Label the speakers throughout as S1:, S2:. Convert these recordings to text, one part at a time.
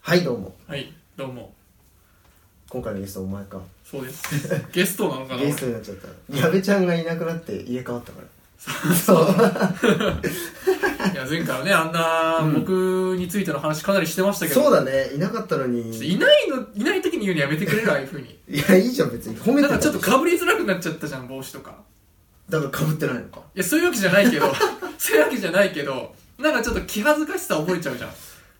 S1: はいどうも
S2: はい、どうも。
S1: 今回のゲストお前か
S2: そ うです。ゲストなのかな
S1: ゲストになっちゃった矢部ちゃんがいなくなって入れ替わったから
S2: そ
S1: そうう
S2: いや、前回はね、あんな、
S1: うん
S2: 僕についての話かなりしてましたけど。
S1: そうだねいなかったの
S2: ちょっ
S1: に
S2: と
S1: い
S2: いないの、いない時に言うのやめてくれる、ああいう風に。
S1: やいいじゃん別に褒め
S2: な
S1: て
S2: んかちょっと
S1: か
S2: かぶりづらくなっちゃったじゃん、帽子とか。
S1: だからかぶってないのか
S2: いや、そういうわけじゃない けど、そういうわけじゃないけど、なんかちょっと気恥ずかしさ覚えちゃうじゃん。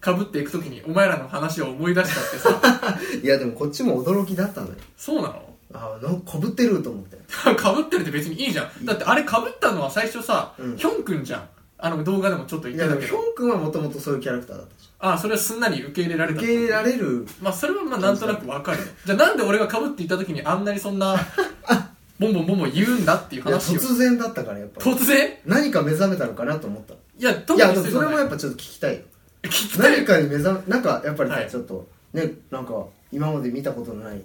S2: かぶっていく時に、お前らの話を思い出したってさ。
S1: いやでもこっちも驚きだったのよ
S2: そうなの
S1: ああかぶってると思って
S2: かぶってるって別にいいじゃん。だってあれかぶったのは最初さ、
S1: うん
S2: ヒョン君じゃん。あの動画でもちょっと
S1: い
S2: 言っ
S1: や
S2: て
S1: で
S2: た
S1: も
S2: け
S1: ヒョ
S2: ど。
S1: ン君はもともとそういうキャラクターだったじ
S2: ああ、それはすんなり受け入れら
S1: ゃ
S2: れ
S1: ん
S2: た。
S1: 受け入れられる
S2: まあそれはまあなんとなくわかるよじゃあなんで俺がかぶっていた時にあんなにそんなボンボンボンボン言うんだっていう
S1: いや
S2: 話を
S1: 突然だったからやっぱ
S2: 突然
S1: 何か目覚めたのかなと思った
S2: いや特
S1: い
S2: に
S1: やでもそれもや
S2: 聞
S1: っぱちょっと聞きたいよ
S2: きた
S1: 何
S2: い
S1: かに目覚めなんかやっぱり
S2: はい
S1: ちょっと、ねなんか今まで見たことのない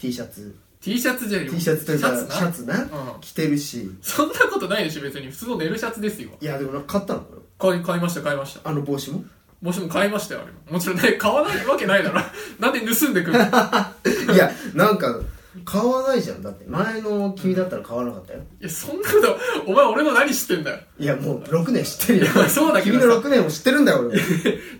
S1: T シャツ
S2: T シャツじゃん
S1: T シャツという
S2: シ
S1: か
S2: ャツな
S1: シャツな、
S2: うん
S1: 着てるし
S2: そんなことないでしょ別に普通の寝るシャツですよ
S1: いやでもなんか買ったのこれ
S2: 買い買いました買いました
S1: あの帽子も
S2: もしも買いましたよあれももちろんね 買わないわけないだろ なんで盗んでく るのい
S1: いやなんか買わないじゃんだって前の君だったら買わなかったよ、
S2: やそんなことお前俺の何知ってんだよ
S1: いやもう6年知って るよ
S2: いやそうだけどさ
S1: 君の6年を知ってるんだよ俺も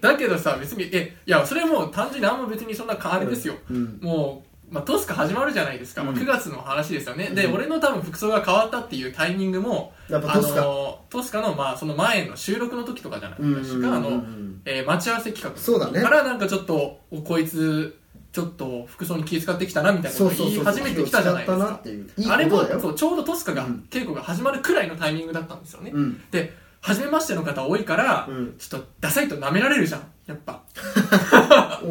S2: だけどさ別にえいやそれはもう単純にあんま別にそんな変わりですよ、
S1: うん
S2: もう、まあ、トスカ始まるじゃないですか、まあ
S1: うん
S2: 9月の話ですよね、で
S1: うん
S2: 俺の多分服装が変わったっていうタイミングも
S1: やっぱトスカ
S2: あのトスカの,、まあその前の収録の時とかじゃない
S1: うん
S2: ですか、
S1: うん
S2: あ
S1: う
S2: の
S1: ん
S2: えー待ち合わせ企画
S1: そうだね
S2: からなんかちょっとおこいつちょっと服装に気遣ってきたなみたいなこと言い始めてきたじゃないです
S1: 気を使ったな
S2: か
S1: っていういいこと
S2: あれも
S1: だよ
S2: そうちょうどトスカが
S1: うん
S2: 稽古が始まるくらいのタイミングだったんですよね、
S1: うん
S2: で初めましての方多いから、
S1: うん
S2: ちょっとダサいと舐められるじゃんやっぱ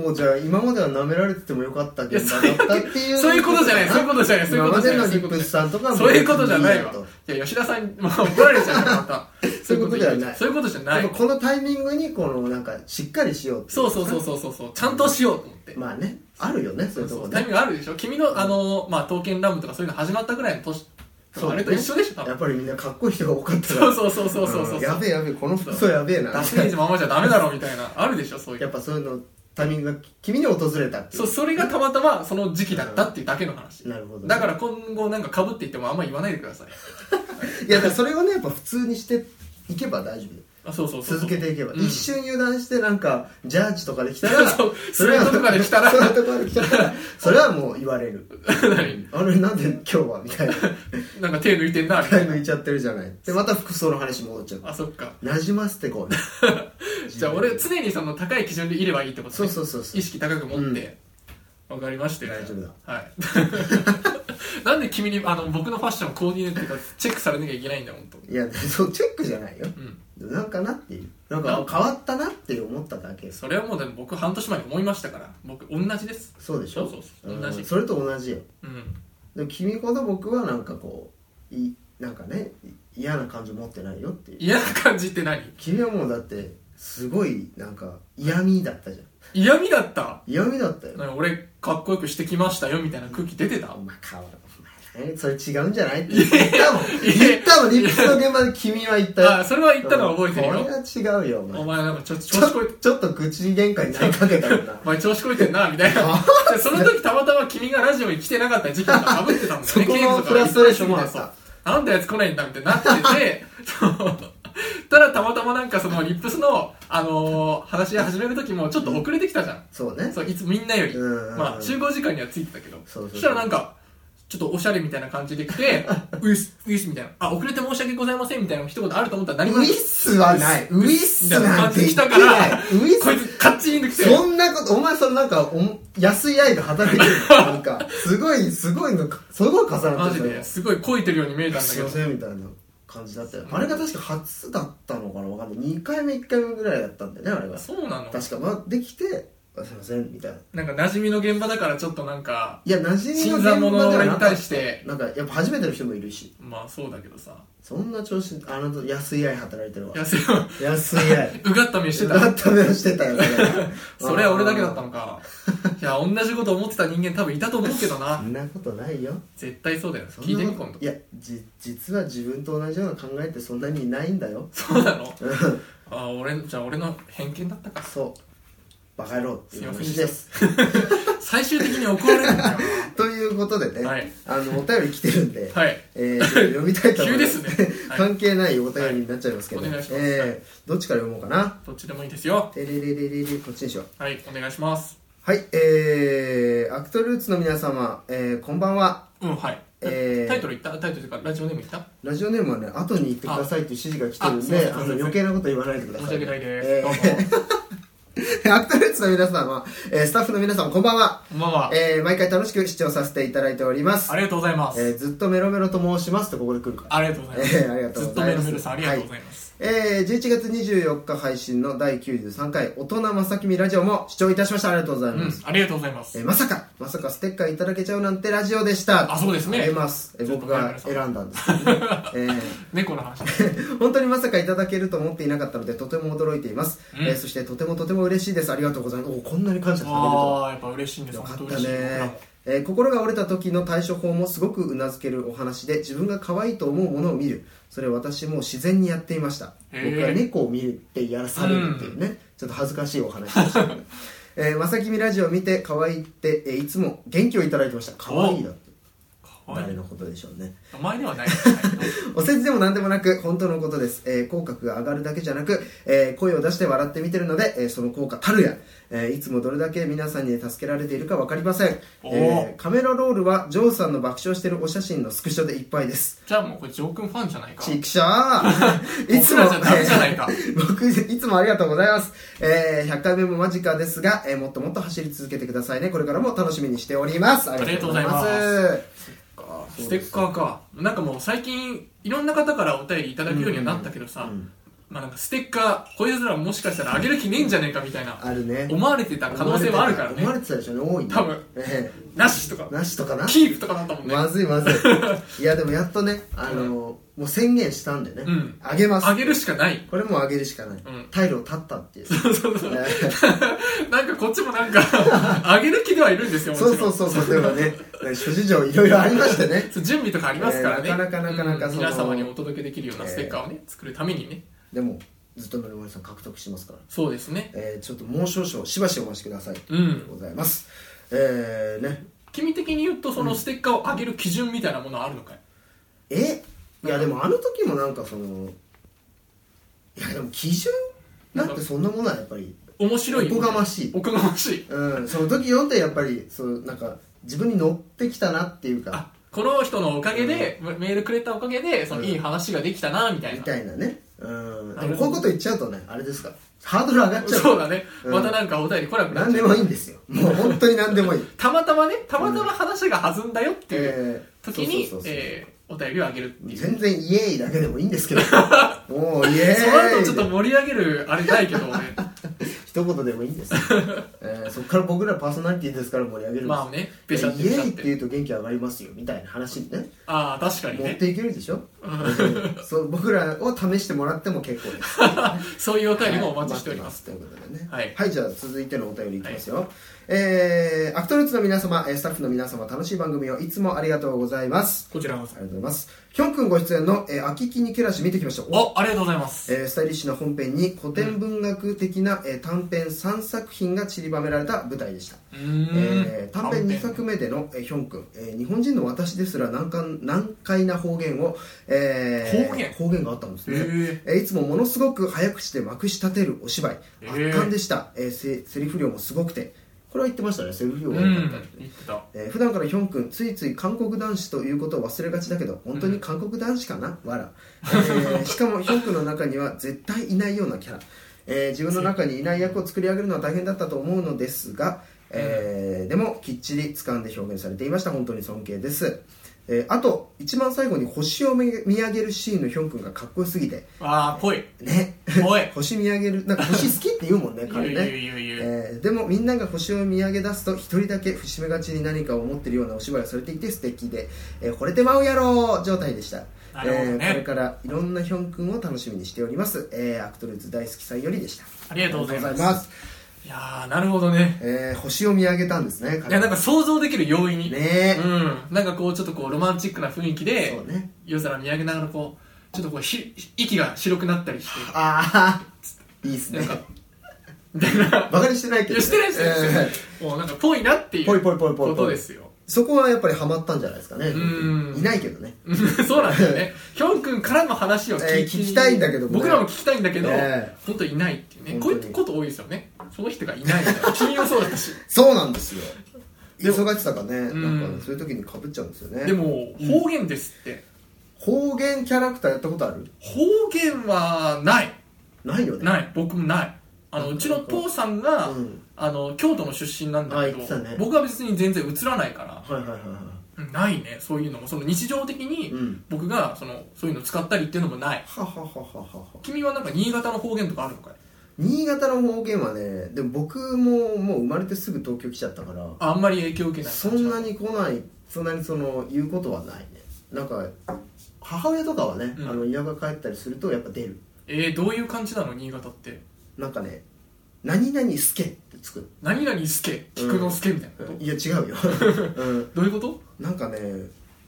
S1: おうじゃあ今までは舐められててもよかったけど
S2: いや
S1: だったっていう
S2: そういうことじゃないそういうことじゃないそういう
S1: 今
S2: こ
S1: ま
S2: とじ
S1: で
S2: ゃ
S1: の
S2: ない
S1: リップスさんとかも
S2: そういうことじゃないわ
S1: と
S2: いや吉田さんにまあ怒られちゃうからまた
S1: そういうことではない
S2: そういうことじゃな
S1: やっ
S2: い
S1: ぱこのタイミングにこのなんかしっかりしようってい
S2: そうそうそうそうそうそうちゃんとしようと思って、
S1: まあねあるよねそういうと
S2: そ
S1: こ
S2: うタイ
S1: ね
S2: ミングあるでしょ君のあのまあ刀剣乱舞とかそういうの始まったぐらいの年
S1: そう
S2: あれと一緒でしょ多
S1: やっ
S2: 分
S1: ぱりみんなかっこいい人が多かったか
S2: そ
S1: ら
S2: うそうそうそうそうそう
S1: うんやべえやべえこの服装やべえな
S2: ダメージままじゃダメだろみたいなあるでしょそういう
S1: やっぱそういうのタイミングが君に訪れたっていう
S2: そうそれがたまたまその時期だったっていうだけの話
S1: なるほどね
S2: だから今後なんかかぶっていってもあんま言わないでください
S1: いやだからそれをねやっぱ普通にしていけば大丈夫
S2: あそうそうそう
S1: 続けていけば、
S2: うん
S1: 一瞬油断してなんかジャージとかできたら
S2: そう
S1: は
S2: スウェットとかで来たら
S1: そういうとこまで来たらそれはもう言われ るあれなんで今日はみたいな
S2: なんか手抜いてんなみたいな
S1: 抜いちゃってるじゃないでまた服装の話戻っちゃう
S2: あそっか
S1: なじませてこう
S2: じゃあ俺常にその高い基準でいればいいってことね
S1: そうそうそうそう
S2: 意識高く持って、わかりましたよ
S1: 大丈夫だ
S2: はい なんで君にあの僕のファッションコーディネートとかチェックされなきゃいけないんだよ本当
S1: いやそうチェックじゃないよ
S2: うん
S1: なんかなっていうなんか変わったなって思っただけ
S2: それはもうでも僕半年前に思いましたから僕同じです
S1: そうでしょ
S2: そうそうそうん同じ
S1: それと同じよ
S2: うん
S1: でも君ほど僕はなんかこういなんかねい嫌な感じ持ってないよっていう
S2: 嫌な感じって何
S1: 君はもうだってすごいなんか嫌味だったじゃん
S2: 嫌味だった
S1: 嫌味だったよ
S2: なんか俺かっこよくしてきましたよみたいな空気出てた
S1: お前変わるお前ねそれ違うんじゃないって言った もん言ったもんリップスの現場で君は言ったよ
S2: あそれは言ったのは覚えてる
S1: うん
S2: よ
S1: これは違うよお前
S2: お前なんかちょ調
S1: ちょ
S2: 子こいて
S1: ちょっと口喧嘩になりかけたもんな
S2: お前調子こいてんなみたいなでその時たまたま君がラジオに来てなかった時期がかぶってたんだ
S1: そ
S2: よね
S1: こ
S2: ケー
S1: の
S2: キとか
S1: フラストレーションもあっ
S2: そう
S1: た
S2: なんだやつ来ないんだみたいになっててそうただたまたまなんかそのリップスの、あのー話し始める時もちょっと遅れてきたじゃん、
S1: そうね
S2: そういつみんなより、
S1: うんうん
S2: まあ、集合時間にはついてたけど
S1: そうそうそう
S2: したらなんかちょっとおしゃれみたいな感じで来て 「ウイスウイス」みたいな「あ遅れて申し訳ございません」みたいな一言あると思ったら何も
S1: ウィスはないウィスなんて言
S2: 来
S1: ってな
S2: た
S1: い
S2: か
S1: ウ
S2: ら
S1: ィ
S2: こい
S1: ス
S2: つカッチンときて
S1: そんなことお前そのなんかおも安い愛が働いてるなんか すごいすごいのすごい重な
S2: マ
S1: って
S2: ジ
S1: る
S2: ですごいこいてるように見えたんだ
S1: す
S2: け
S1: い
S2: ど
S1: ませんみたいな感じだったよあれが確か初だったのかなわかんない2回目1回目ぐらいだったんだよねあれが
S2: そうなの
S1: 確かまあできてあすいませんみたいな
S2: なんか馴染みの現場だからちょっとなんか
S1: いや馴染
S2: 新
S1: み
S2: 参
S1: の現場では
S2: 者
S1: な
S2: に
S1: かっ
S2: 対
S1: た
S2: して
S1: なんかやっぱ初めての人もいるし
S2: まあそうだけどさ
S1: そんな調子あなた安い愛働いてるわ
S2: いやせよ
S1: 安い愛
S2: うがった目して
S1: だ
S2: た
S1: った目をしてたよね
S2: それは俺だけだったのかいや同じこと思ってた人間多分いたと思うけど
S1: そ
S2: なん
S1: なことないよ
S2: 絶対そうだよ
S1: そんな
S2: 聞いてみ
S1: こ
S2: 今
S1: とい
S2: 度
S1: やじ実は自分と同じような考えってそんなにないんだよ
S2: そうなの
S1: うん
S2: あ俺じゃあ俺の偏見だったか
S1: そバカ野郎っていう話です。
S2: 最終的に怒られるんだよ
S1: ということでね、
S2: はい
S1: あのお便り来てるんで、
S2: はい
S1: えー、ちょっと読みたいと思います。
S2: 急ですねはい
S1: 関係ないお便りになっちゃいますけど、
S2: はいお願いします
S1: えー、どっちから読もうかな。
S2: どっちでもいいですよ
S1: てれれれれれこっちにしよう。
S2: はいお願いします
S1: はい、えー、アクトルーツの皆様、えー、こんばんは。
S2: うんはい、
S1: えー
S2: タイトル言ったタイトルというかラジオネーム言った
S1: ラジオネームはね、後に言ってくださいっていう指示が来てるん
S2: ああ
S1: で、
S2: すいません
S1: あ
S2: すいま
S1: の
S2: せん
S1: 余計なこと言わないでくださ
S2: 申
S1: い。
S2: し訳ないです、
S1: え
S2: どうも
S1: ー アクトルーツの皆様、えー、スタッフの皆様、こんばんは。
S2: こんばんは
S1: えー、毎回楽しく視聴させていただいております
S2: あ。りがとうございます、
S1: えー、ずっとメロメロと申しますとここで来るから。
S2: ありがとうございます、
S1: えーありがとう
S2: ず
S1: ご
S2: っと
S1: ざ
S2: メ
S1: います
S2: ルメルさんありがとうございます、
S1: えー、11月24日配信の第93回大人まさきみラジオも視聴いたしましたありがとうございます、
S2: うんありがとうございます、
S1: えーまさかまさかステッカーいただけちゃうなんてラジオでした
S2: あそうですね
S1: あります、えー僕が選んだんです けどね、え
S2: 猫の話
S1: ー本当にまさかいただけると思っていなかったのでとても驚いています、
S2: うん
S1: えーそしてとてもとても嬉しいですありがとうございますおこんなに感謝されるとは
S2: ああやっぱ嬉しいんです
S1: よか
S2: 本
S1: っ
S2: 当
S1: た
S2: 嬉しい僕
S1: ね
S2: らも、
S1: えー心が折れた時の対処法もすごくうなずけるお話で自分が可愛いと思うものを見るそれ私も自然にやっていました
S2: へー
S1: 僕は猫を見るってやらされるっていうね、ちょっと恥ずかしいお話でしたけど、 えー、まさきみラジオを見て可愛いって、えーいつも元気をいただいてました可愛いだって
S2: かわい
S1: 誰
S2: い
S1: のことでしょうね
S2: 名前ではないですね
S1: お世辞でも何でもなく本当のことです、えー口角が上がるだけじゃなく、えー声を出して笑って見てるので、えーその効果たるや、えーいつもどれだけ皆さんに助けられているか分かりません、
S2: おー
S1: えーカメラロールはジョーさんの爆笑してるお写真のスクショでいっぱいです
S2: じゃあもうこれジョー君ファンじゃないか
S1: ちくしゃーいつも
S2: 僕らじゃダメじゃないか
S1: 僕いつもありがとうございます、えー100回目も間近ですが、えーもっともっと走り続けてくださいねこれからも楽しみにしておりますありがとうございます
S2: ありがとうご
S1: そ
S2: ス
S1: う
S2: テ
S1: で
S2: ッ
S1: す
S2: カーかなんかもう最近いろんな方からお便りいただくようにはなったけどさ、
S1: うん
S2: まあ、なんかステッカーこいつらもしかしたらあげる気ねえんじゃねえかみたいな
S1: あるね
S2: 思われてた可能性もあるからね
S1: 思われてたでしょうね多いね
S2: 多分
S1: え
S2: なしとか
S1: えなしとかな
S2: キープとかだったもんね
S1: まずいまず いいやでもやっとねあのーもう宣言したんでね
S2: うん
S1: あげます
S2: あげるしかない
S1: これもうあげるしかない
S2: ん
S1: 退路を断ったっていう
S2: そうそうそう
S1: え
S2: なんかこっちもなんかあげる気ではいるんですよ
S1: え
S2: も
S1: そう
S2: ち
S1: そ
S2: ろ
S1: うんそうそうでも ね諸事情いろいろありましてね
S2: そう準備とかありますからね、
S1: えーなかなかなかなか
S2: うん
S1: その
S2: 皆様にお届けできるようなステッカーをね、作るためにね
S1: でもずっとのりもりさん獲得しますから
S2: そうですね
S1: ええちょっともう少々しばしお待ちくださいと
S2: う
S1: いうんことでございますええね
S2: 君的に言うとそのステッカーをあげる基準みたいなものはあるのかい
S1: えいやでもあの時もなんかそのいやでも基準なんてそんなものはやっぱり
S2: 面白い
S1: おこがましい
S2: おこがましい
S1: うん、その時読んでやっぱりそうなんか自分に乗ってきたなっていうか
S2: あこの人のおかげで、メールくれたおかげでその
S1: うん
S2: いい話ができたなみたい
S1: み
S2: な、
S1: たいなね、うん、
S2: な
S1: で
S2: る
S1: も
S2: ほ
S1: こういう
S2: ど
S1: こと言っちゃうとねあれですからハードル上がっちゃう
S2: そうだね、
S1: うん
S2: またなんかお便り来なくなっ
S1: 何
S2: ち
S1: で
S2: ゃう
S1: もいいんです よもう本当に何でもいい
S2: たまたまねたまたま話が弾んだよっていう
S1: えー
S2: 時
S1: そうそ
S2: に
S1: うそうそう
S2: えーお便りをあげるっていう、
S1: 全然イエーイだけでもいいんですけ どもうイエーイ
S2: その後ちょっと盛り上げるあれないけど ね
S1: 一言でもいいんですよ、えーそこから僕らパーソナリティですから盛り上げるんです
S2: まあねペシャって
S1: イ
S2: ペ
S1: エ
S2: シャ
S1: ーイ
S2: っ
S1: って
S2: て
S1: 言うと元気上がりますよみたいな話にね
S2: ああ確かに
S1: 持っ
S2: ね
S1: ていけるでしょ、うんそう僕らを試してもらっても結構 です
S2: そういうお便りもお待ちしております、
S1: はい待ってますということでね。
S2: はい
S1: じゃあ続いてのお便りいきますよ。えー、アクトルーツの皆様、えースタッフの皆様、楽しい番組をいつもありがとうございます。
S2: こちらこ
S1: あ
S2: そ
S1: りがとうございます。ヒョン君ご出演の、えー、秋木にけらし見てきました。お
S2: おありがとうございます
S1: えースタイリッシュな本編に古典文学的な、えー短編3作品が散りばめられた舞台でした。
S2: うー
S1: え
S2: ん
S1: ー短編2作目でのえーヒョン君、えー日本人の私ですら難関難解な方言を、えー
S2: 方言
S1: があったんですね、
S2: へー
S1: えーいつもものすごく早口でまくし立てるお芝居
S2: えー
S1: 圧巻でした、えーせセリフ量もすごくてこれは言ってましたねセリフ量
S2: うん
S1: が多かったって、
S2: 言ってた
S1: えー普段からヒョン君ついつい韓国男子ということを忘れがちだけど本当に韓国男子かな、わら、えーしかもヒョン君の中には絶対いないようなキャラ、えー自分の中にいない役を作り上げるのは大変だったと思うのですが、えーでもきっちり掴んで表現されていました本当に尊敬です、えーあと一番最後に星を見上げるシーンのヒョン君がかっこよすぎて
S2: ああぽい
S1: ね
S2: ぽい
S1: 星見上げるなんか星好きって言うもん ね彼ね
S2: 言う言う言う言う
S1: えーでもみんなが星を見上げ出すと一人だけ節目がちに何かを持ってるようなお芝居をされていて素敵で、えー惚れてまうやろ状態でした
S2: なるほどね
S1: えーこれからいろんなヒョン君を楽しみにしております、えーアクトルズ大好きさんよりでした
S2: ありがとうございます
S1: ありがとうござい
S2: いやーなるほどね
S1: えー星を見上げたんですね
S2: いやなんか想像できる容易に
S1: ねえ、
S2: うん、なんかこうちょっとこうロマンチックな雰囲気で
S1: そうね
S2: 夜空見上げながら こうちょっとこうひ息が白くなったりして
S1: ああいいっす
S2: な
S1: ね
S2: んかみた いな。
S1: バカにしてない
S2: い
S1: けど
S2: や、
S1: ね、
S2: してないですよしてな
S1: え
S2: いですよ。もうなんか、ぽいなってい
S1: ー
S2: う
S1: ぽい
S2: こ
S1: ぽいぽいぽいぽ
S2: とで
S1: い
S2: すよ。
S1: そこはやっぱりハマったんじゃないですかね
S2: ん
S1: いないけどね
S2: そうなんです よね。ヒョン君からの話を
S1: えー聞きたいんだけどね
S2: 僕らも聞きたいんだけど、
S1: え
S2: 本当いないっていうね。こ
S1: 本
S2: うい
S1: 当に
S2: うこと多いですよね。その人がいないみたい な。金曜そうだったし。
S1: そうなんですよ
S2: でも
S1: 忙しさがね
S2: ん
S1: なんかそういう時にかぶっちゃうんですよね
S2: でも、方言ですって。
S1: 方言キャラクターやったことある
S2: 方言はない。
S1: ないよね
S2: ない。僕もない。あの、うちの父さんが、
S1: うん
S2: あの、京都の出身なんだけ
S1: あ言っ
S2: ど
S1: てたね、
S2: 僕は別に全然映らないから、
S1: はいはいはいは
S2: うんないね、そういうのも。その日常的
S1: い
S2: に
S1: うん
S2: 僕が、その、そういうの使ったりっていうのもない。
S1: はははははは
S2: 君はなんか新潟の方言とかあるのかい
S1: 新潟の方言はねでも僕ももう生まれてすぐ東京来ちゃったから
S2: ああんまり影響を受けない
S1: そんなに来ないそんなにその言うことはないねなんか母親とかはね、
S2: うん
S1: あの田舎帰ったりするとやっぱ出る
S2: えー、どういう感じなの新潟って
S1: なんかね「何々すけ」ってつく
S2: 何々すけ菊之助みたいなこと、
S1: いや違 うよ、うん、
S2: どういうこと
S1: なんかね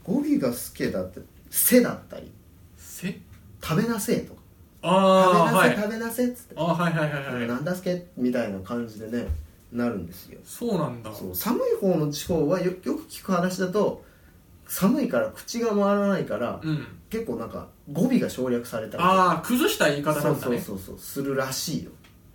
S1: 語尾が「すけ」だって「せ」だったり
S2: せ
S1: 「食べなせ」とか「
S2: ああ
S1: 食べなせ、
S2: はい
S1: 食べなせ」っつって
S2: あーはいはい
S1: 「
S2: はいはい
S1: なんだすけ」みたいな感じでねなるんですよ
S2: そうなんだ
S1: そう寒い方の地方はよよく聞く話だと寒いから口が回らないから、
S2: うん
S1: 結構なんか語尾が省略されたりとか
S2: ああ崩した言い方
S1: そ
S2: な
S1: うん
S2: だ
S1: そう
S2: ね
S1: そうそうするらしいよ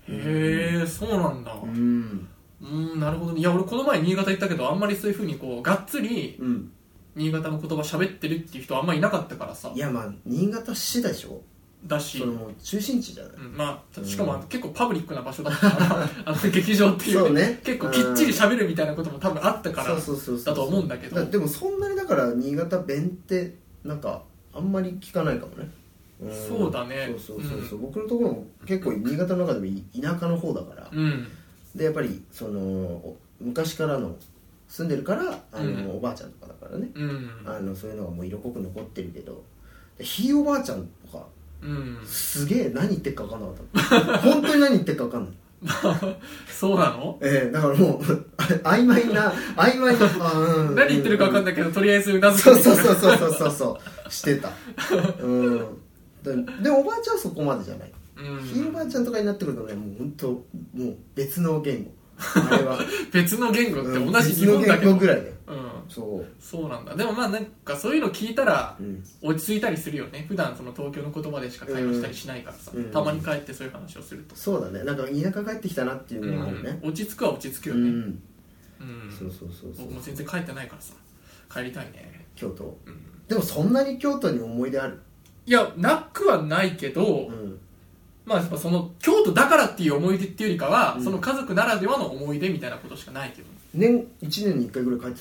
S2: へえそうなんだ
S1: う
S2: うんーんなるほどねいや俺この前新潟行ったけどあんまりそういうふうにこうがっつり
S1: うん
S2: 新潟の言葉喋ってるっていう人あんまりいなかったからさ
S1: いやまあ新潟市でしょ
S2: だし
S1: それもう中心地じゃない
S2: うんまあ、しかもあの結構パブリックな場所だったから あの劇場ってい,、
S1: そううね
S2: 結構きっちり喋るみたいなことも多分あったから
S1: そうそうそうそう
S2: だと思うんだけど
S1: でもそんなにだから新潟弁ってなんかあんまり聞かないかもねん
S2: そうだね
S1: そうそうそうそう、僕のところも結構新潟の中でもい田舎の方だから、
S2: うん
S1: でやっぱりそのお昔からの住んでるからあの、
S2: うん
S1: おばあちゃんとかだからね、
S2: うん
S1: あのそういうのがもう色濃く残ってるけどでひいおばあちゃんとか
S2: うん
S1: すげえ何言ってるか分かんなか った本当に何言ってるか分かんない、
S2: そうなの
S1: ええだからもうあ曖昧な曖昧なあ、うん、
S2: 何言ってるか分かん
S1: ない
S2: ないけどとりあえずうなず
S1: そう
S2: く
S1: そうそうそうそうそうそうしてたうんででおばあちゃんはそこまでじゃない、
S2: うん
S1: ひいおばあちゃんとかになってくるとねもう本当もう別の言語あれ は
S2: 別の言語って
S1: うん
S2: 同じ日本だけ
S1: 別の言
S2: ど
S1: 語ぐらいだよ
S2: うん
S1: そう、
S2: そうなんだでもまあなんかそういうの聞いたら
S1: うん、
S2: 落ち着いたりするよね普段その東京の言葉でしか会話したりしないからさ、
S1: うん
S2: たまに帰ってそういう話をすると、
S1: そうだねなんか田舎帰ってきたなっていうのはあるね
S2: うん落ち着くは落ち着く
S1: う
S2: よ
S1: ん、
S2: ねうん、
S1: そうそうそうそう
S2: 僕も全然帰ってないからさ帰りたいね
S1: 京都
S2: うん
S1: でもそんなに京都に思い出ある
S2: いやなくはないけど、
S1: うん
S2: まあやっぱその京都だからっていう思い出っていうよりかは、
S1: うん
S2: その家族ならではの思い出みたいなことしかないけど
S1: 年1年に1回ぐらい帰って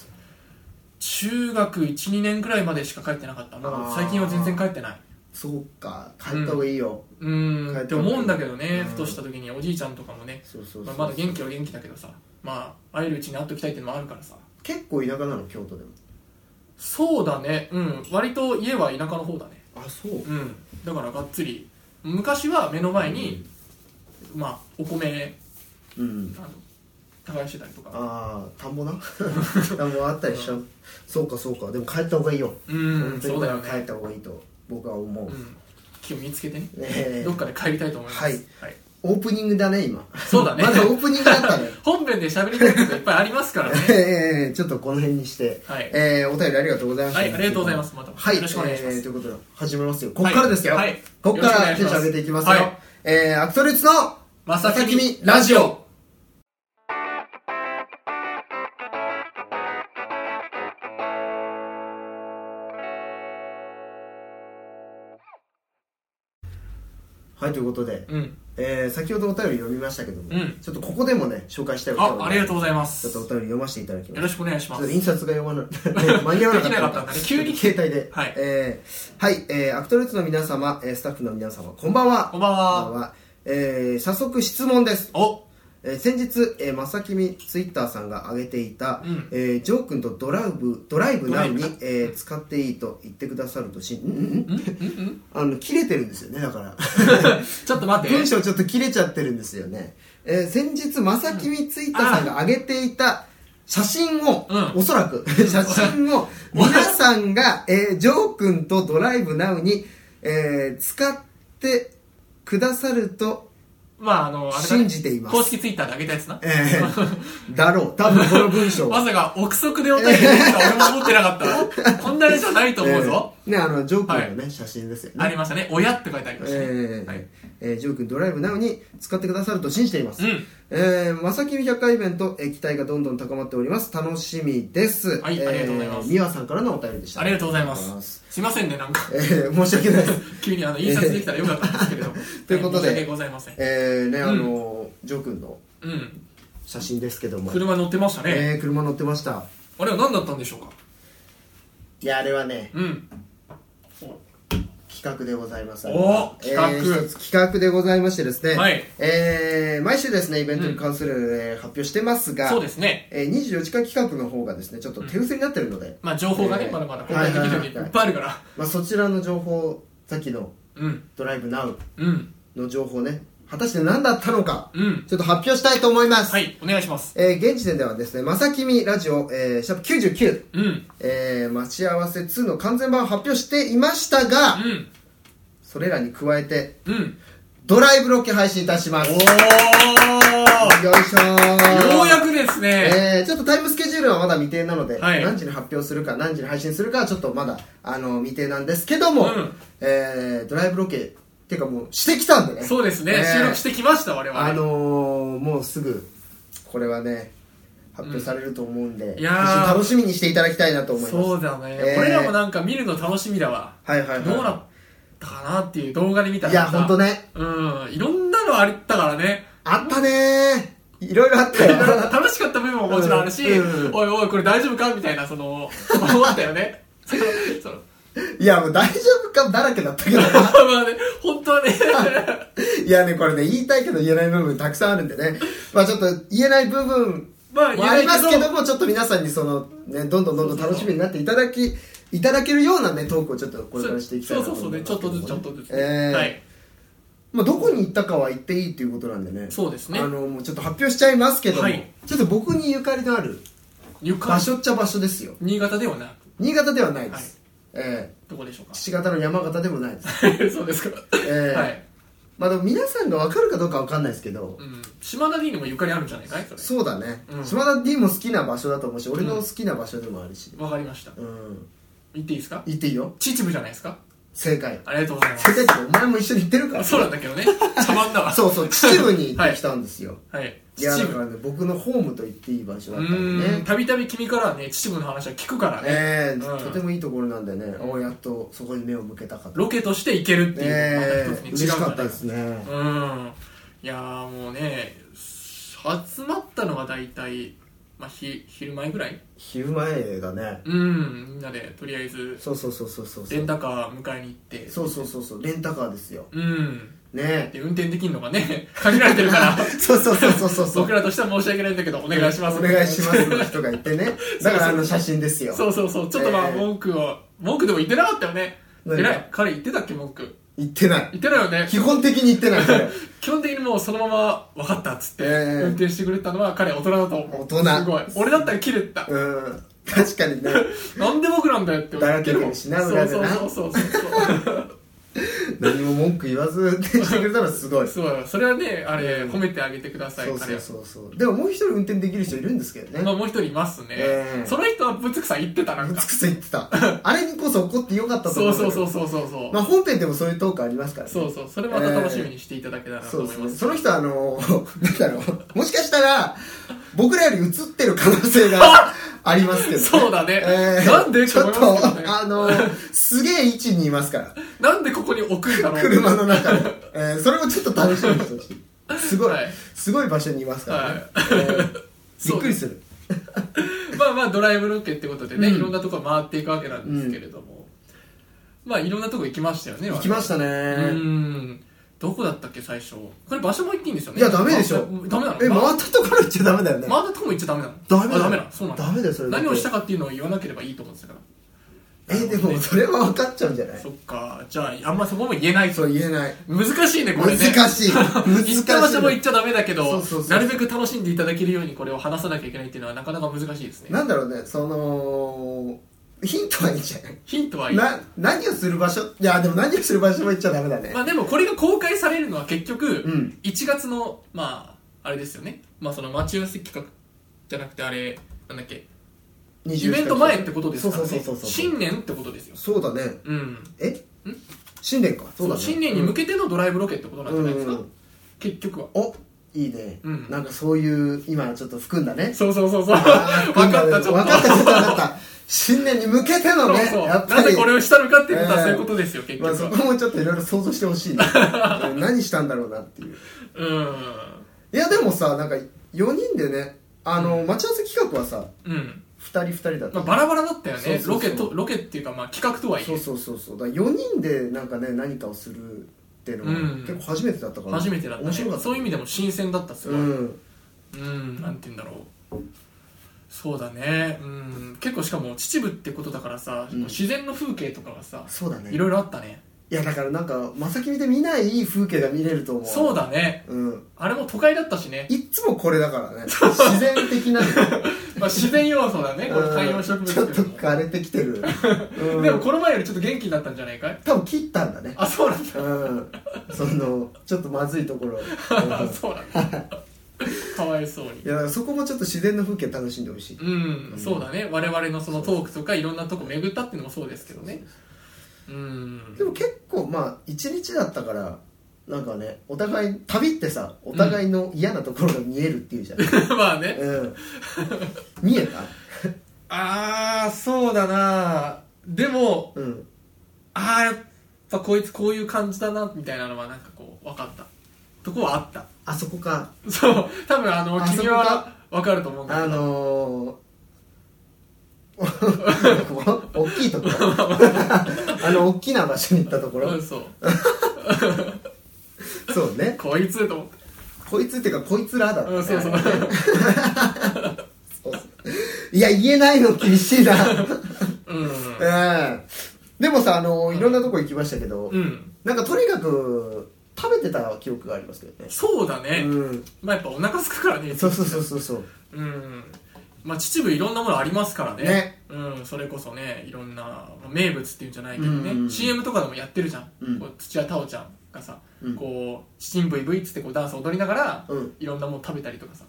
S2: 中学12年ぐらいまでしか帰ってなかったな
S1: あー
S2: 最近は全然帰ってない
S1: たそうか帰った方がいいよ、
S2: う
S1: 帰
S2: ー
S1: っ
S2: ん
S1: て
S2: って思うんだけどね、
S1: うん
S2: ふとした時におじいちゃんとかもね、
S1: そうそうそう、
S2: まあ、まだ元気は元気だけどさまあ会えるうちに会っときたいっていうのもあるからさ
S1: 結構田舎なの京都でも
S2: そうだねうん割と家は田舎の方だね
S1: あそう
S2: うんだからがっつり昔は目の前に、まあお米
S1: うん
S2: あの耕してたりとか
S1: ああ田んぼな 田んぼあったりしちゃう、そうかそうかでも帰った方がいいよ、
S2: うん
S1: 本
S2: そう
S1: 当
S2: だ
S1: に
S2: よ
S1: 帰っ
S2: ね
S1: た方がいいと僕は思う、
S2: う
S1: ね
S2: ん気を見つけてね
S1: え
S2: どっかで帰りたいと思います、
S1: はいオープニングだね今
S2: そうだ ね
S1: まだオープニングだ ったね
S2: 本編で喋りたいこといっぱいありますからね
S1: えーちょっとこの辺にして、
S2: はい
S1: えーお便りありがとうございました、
S2: はいありがとうございますまた
S1: はい、
S2: よろしくお願いします
S1: えーということで始めますよこっからですよ、
S2: はいはい
S1: こっか
S2: よ
S1: ら
S2: ろ
S1: テ
S2: し
S1: ン
S2: く
S1: シ
S2: お
S1: ョン上げ
S2: 願いします
S1: ていきますよ、
S2: はい
S1: えーアクトルーツの
S2: まさきみ
S1: ラジオはいということで、
S2: うん
S1: えー先ほどお便り読みましたけども、
S2: うん
S1: ちょっとここでもね紹介したいお便り
S2: あありがとうございます
S1: ちょっとお便
S2: よ
S1: り読ませていただきます
S2: ろしくお願いしま
S1: ちょっと
S2: す
S1: 印刷が読まな ね間に合わなかった
S2: できなかったんだね 急に
S1: 携帯では
S2: はい
S1: えーはいえーアクトルーツの皆様えースタッフの皆様こんばんは
S2: こ
S1: こん
S2: んばん
S1: ば
S2: は
S1: んはえー早速質問です
S2: お
S1: えー先日、えー、まさきみツイッターさんが挙げていた、
S2: うん
S1: えージョー君とドライブドライブなのに
S2: ドライブ、
S1: えー使っていいと言ってくださるとし、うんうんうん
S2: うんうん
S1: あの切れてるんですよねだ から
S2: ちょっと待って
S1: 文章ちょっと切れちゃってるんですよね、えー先日まさきみツイッターさんが上げていた写真を、
S2: うん
S1: おそら く写真を皆さんが、えージョー君とドライブナウに、えー使ってくださると
S2: まあ、あの、あれだね
S1: 信じています
S2: 公式ツイッターで上げたやつな。
S1: え えだろう多分この文章は
S2: まさか、憶測でお便りが出てるとは俺も思ってなかっ た。こんなあれじゃないと思うぞ。
S1: ええねあのジョー君のね、写真ですよね
S2: ありましたね。親って書いてありましたね。
S1: ええ
S2: はい
S1: えージョー君ドライブなのに使ってくださると信じています、
S2: うん
S1: えー、まさきみ百科イベント、えー期待がどんどん高まっております楽しみです
S2: はいありがとうございます
S1: みわさんからのお便りでした
S2: ありがとうございま。
S1: ありがとうございます
S2: すいませんね、なんか。
S1: えー申し訳ないです
S2: 急にあの、印刷できたらよかったんですけれども。
S1: ということで
S2: 申し訳ございません。
S1: えーねあのジョー君の
S2: うん。
S1: 写真ですけども
S2: 車乗ってましたね。
S1: えー車乗ってました
S2: あれは何だったんでしょうか
S1: いやあれはね
S2: うん。
S1: 企画でございます
S2: お
S1: えー
S2: 企画
S1: 一つ企画でございましてですね、
S2: はい
S1: えー毎週ですねイベントに関する、えー発表してますが
S2: そうですね。
S1: えー、24時間企画の方がですねちょっと手薄になってるので、
S2: まあ、情報がね、まだまだ公開できるのにいっぱいあるから。
S1: まあ、そちらの情報さっきの
S2: うん。
S1: 「ドライブナウ
S2: うん。
S1: の情報ね果たして何だったのか、
S2: うん。
S1: ちょっと発表したいと思います、
S2: はい、お願いします。
S1: えー現時点ではですね「まさきみラジオ、えーシャープ #99
S2: うん。」
S1: えー待ち合わせ2の完全版を発表していましたが、
S2: うん。
S1: それらに加えて
S2: うん。
S1: ドライブロケ配信いたします
S2: お
S1: よいし
S2: ー
S1: ょー
S2: ようやくですね、
S1: えーちょっとタイムスケジュールはまだ未定なので、
S2: はい
S1: 何時に発表するか何時に配信するかはちょっとまだあの未定なんですけども、
S2: うん
S1: えードライブロケっていうかもうしてきたんでね
S2: そうですね、
S1: えー
S2: 収録してきました、我々。
S1: あのーもうすぐこれはね発表されると思うんで、
S2: んいやー
S1: 一緒に楽しみにしていただきたいなと思います
S2: そうだね、
S1: えー
S2: これらもなんか見るの楽しみだわ。
S1: はいはいはい
S2: どうなったかなっていう動画で見たら。
S1: いやほんと
S2: ね。
S1: ね
S2: うん、いろんなのあったからね。
S1: あったねーいろいろあったよ
S2: 楽しかった部分ももちろんあるし、
S1: うんうん
S2: おいおい、これ大丈夫かみたいな、その、思った よね。そのその
S1: いやもう大丈夫かだらけだったけど
S2: まあね、本当はね、
S1: いやねこれね言いたいけど言えない部分たくさんあるんでねまあちょっと言えない部分
S2: まあ言え
S1: もあ
S2: な
S1: り
S2: いけど
S1: ますけどもちょっと皆さんにその、ね、どんどんどんどん楽しみになっていただきいただけるようなねトークをちょっ とこれからしていきたい
S2: そ
S1: な
S2: うそ
S1: と
S2: うそう
S1: 思い
S2: ね、
S1: ま
S2: ちょ
S1: す
S2: っとずつちょっとずつ。
S1: えー
S2: はい。
S1: まあ、どこに行ったかは言っていいっていうことなんでね
S2: そうですね
S1: あのもうちょっと発表しちゃいますけども、
S2: はい
S1: ちょっと僕にゆかりのある
S2: ゆか
S1: 場所っちゃ場所ですよ
S2: 新潟ではなく、
S1: 新潟ではないです、え
S2: どこでしょ
S1: ー
S2: うか。
S1: 父方の山形でもないです、
S2: そうですか。
S1: えー
S2: はい。
S1: まあでも皆さんが分かるかどうか分かんないですけど、
S2: うん。島田 D にもゆかりあるんじゃないかいそれ。
S1: そうだね、
S2: うん
S1: 島田 D も好きな場所だと思うし俺の好きな場所でもあるし
S2: わかりました。
S1: うん、
S2: 言っていいですか
S1: 言っていいよ
S2: 秩父じゃないですか
S1: 正 解
S2: ありがとうございま
S1: 正
S2: す。
S1: 解ってお前も一緒に行ってるから
S2: そうなんだけどね。たまんだわ。
S1: そうそう秩父に行ってきたんですよ、
S2: はい。
S1: い、やだ
S2: 秩
S1: か
S2: 父。
S1: らね僕のホームと言っていい場所
S2: う
S1: だったんで
S2: ーん。
S1: ね
S2: たびたび君からはね、秩父の話は聞くからね。
S1: ええ
S2: うん
S1: とてもいいところなんでね、おやっとそこに目を向けたかった
S2: ロケとして行けるっていう
S1: え
S2: のが
S1: え
S2: また一つ
S1: 嬉
S2: に違
S1: し
S2: うんだ
S1: か
S2: ね
S1: ったですね、
S2: うん。いやーもうね、集まったのが大体、まあ、ひ昼前ぐらい
S1: 昼前だね
S2: うん。みんなで、とりあえず、
S1: そうそうそうそうそうそ
S2: レン
S1: う
S2: タカー迎えに行って。
S1: そうそうそうそうレンタカーですよ
S2: うん。
S1: ね
S2: で、運転できるのがね、 限られてるから。
S1: そうそうそうそうそうそう
S2: 僕らとしては申し訳ないんだけどお願いします
S1: お願いしますの人がい てねだからあの写真ですよ
S2: そうそうそうちょっとまあ
S1: えー
S2: 文句を、文句でも言ってなかったよね
S1: 何
S2: え
S1: が
S2: らい彼言ってたっけ文句
S1: 言ってない
S2: 言ってないよね
S1: 基本的に言 ってないそれ
S2: 基本的にもうそのまま分かったっつって、
S1: えー
S2: 運転してくれたのは彼大人だと思う
S1: 大人
S2: すごい俺だったら切れてた
S1: うん確かにね
S2: なんで僕なんだよって
S1: だらけて
S2: も
S1: る
S2: ん
S1: しな
S2: そう
S1: 裏でな
S2: そう そうそうそう
S1: 何も文句言わず 運転してくれたらすごいそ
S2: そうよそれはねあれ、
S1: うん
S2: 褒めてあげてくださいう
S1: そ
S2: 彼
S1: う
S2: は
S1: そうそうでももう一人運転できる人いるんですけど
S2: ま
S1: ね
S2: あもう一人いますね、
S1: えー
S2: その人はぶつくさ言ってたなん
S1: ぶ
S2: か
S1: つくせ言ってたあれにこそ怒ってよかったと
S2: そ
S1: 思
S2: う
S1: う
S2: そうそう
S1: う
S2: そうそうそう、
S1: まあ本編でもそういうトークありますからね
S2: そうそうそれまた楽しみにしていただけたらなと
S1: そう
S2: 思い
S1: で
S2: ますす、
S1: ねその人はあの なんだろうもしかしたら僕らより映ってる可能性が ありますけど、ね、
S2: そうだね
S1: えー
S2: なんで
S1: ちょっ
S2: って思いますけどね
S1: とあのすげえ位置にいますから
S2: なんでここに置くんだろう
S1: 車の中で、えーそれもちょっと楽しみにしてほしいすごい、
S2: はい
S1: すごい場所にいますからね、
S2: は
S1: え
S2: い
S1: ーび
S2: そ
S1: っ
S2: う
S1: くりする
S2: まあまあドライブロケってことでね、
S1: うん
S2: いろんなとこ回っていくわけなんですけれども、まあいろんなとこ行きましたよね
S1: 行きましたね、
S2: たうんどこだったっけ最初これ場所も行っていいんですよね
S1: いやダメでしょ
S2: あダメなの
S1: え
S2: ま
S1: 回ったところ行っちゃダメだよね、
S2: 回ったとこも行っちゃダメなの
S1: ダメだ
S2: あ
S1: よ
S2: ダメなのそうなの
S1: ダメだよそれだと
S2: 何をしたかっていうのを言わなければいいと思ってたか
S1: えーでもそれは分かっちゃうんじゃな
S2: ら
S1: い
S2: そっかじゃああんまそこも言えない
S1: そう言えない
S2: 難しいねこれね
S1: 難しい難し
S2: 行
S1: い
S2: った場所も行っちゃダメだけど
S1: そうそうそう
S2: なるべく楽しんでいただけるようにこれを話さなきゃいけないっていうのはなかなか難しいですね
S1: なんだろうねそのヒントはいいじゃない
S2: ヒントはいい
S1: な何をする場所いやでも何をする場所も言っちゃダメだね
S2: まあでもこれが公開されるのは結局
S1: うん
S2: 1月の、まああれですよねまあその待ち合わせ企画じゃなくてあれなんだっけイベント前ってことですからね
S1: そうそうそうそう
S2: 新年ってことですよ
S1: そうだね
S2: うん
S1: え新年かそうだね
S2: 新年に向けてのドライブロケってことなんじゃないですか、
S1: うんうん
S2: 結局は
S1: おいいね、
S2: うん
S1: なんかそういう今ちょっと含んだ ね
S2: そうそうそうそう 分
S1: あー含んだ
S2: か
S1: ね
S2: ったちょっ
S1: 分
S2: と
S1: かったちょっと分かった新年に向けてのね
S2: そうそう
S1: やっぱ
S2: な
S1: り
S2: ぜこれをしたのかっていうことは
S1: えー
S2: そういうことですよ、結
S1: まあ、
S2: 局
S1: そ
S2: は、
S1: こもちょっといろいろ想像してほし いねうん何したんだろうなっていういやでもさなんか4人でねあの、待ち合わせ企画はさ
S2: うんうん、
S1: 2人2人だった、
S2: まあ、バラバラだったよね
S1: そうそうそう
S2: ロケとロケっていうかまあ企画とはいえ
S1: そうそうそうそうだ4人でなんかね何かをするっていうのは、
S2: うん
S1: 結構初めてだったから
S2: 初めてだった,、ね、
S1: 面白かった
S2: そういう意味でも新鮮だったっすごい
S1: うん
S2: うん、なんて言うんだろうそうだね、うん、結構しかも秩父ってことだからさ、
S1: うん
S2: 自然の風景とかがさ
S1: そうだね
S2: いろいろあったね
S1: いやだからなんかまさき見で見ない風景が見れると思う
S2: そうだね
S1: うん
S2: あれも都会だったし ね、
S1: いっつもこれだから ね自然的な
S2: まあ、自然要素だねこの観葉植
S1: うん
S2: 物
S1: ちょっ
S2: って
S1: と
S2: いうのも
S1: 枯れてきてる、うん
S2: でもこの前よりちょっと元気になったんじゃないかい
S1: 多分切ったんだね
S2: あそうなんだ
S1: うんそのちょっとまずいところ、うん
S2: そうなんだかわいそうに
S1: いやそこもちょっと自然の風景楽しんでほしい、
S2: うん、
S1: うん
S2: そうだね我々のそのトークとかいろんなとこ巡ったっていうのもそうですけどねうん
S1: でも結構まあ一日だったからなんかねお互い旅ってさお互いの嫌なところが見えるっていうじゃん、う
S2: まあね
S1: ん見えた
S2: ああそうだなでも
S1: うん
S2: ああやっぱこいつこういう感じだなみたいなのはなんかこう分かったとこはあった
S1: あそこか
S2: そう多分あの
S1: あ
S2: 君
S1: そこ
S2: は
S1: か
S2: 分かると思うんだけど
S1: あのー、大きいところあの大きな場所に行ったとこ
S2: う
S1: ろ
S2: んそう
S1: そうね
S2: こいつと思って
S1: こいつっていうかこいつらだったね、
S2: うんそうそう
S1: そうそういや言えないの厳しいな
S2: うん
S1: うんでもさあのーいろんなとこ行きましたけど、
S2: うん
S1: なんかとにかく食べてた記憶がありますけどね
S2: そうだね、
S1: うん
S2: まあやっぱお腹空くからね
S1: そうそうそうそうそう
S2: うんまあ秩父いろんなものありますからね
S1: ね
S2: うん、それこそねいろんなまあ名物っていうんじゃないけどね、
S1: うんうんうん
S2: CM とかでもやってるじゃん、
S1: うん
S2: こう土屋太鳳ちゃんがさ、
S1: うん
S2: こう「チチンブイブイ」っつってこうダンス踊りながら、
S1: うん
S2: いろんなもの食べたりとかさ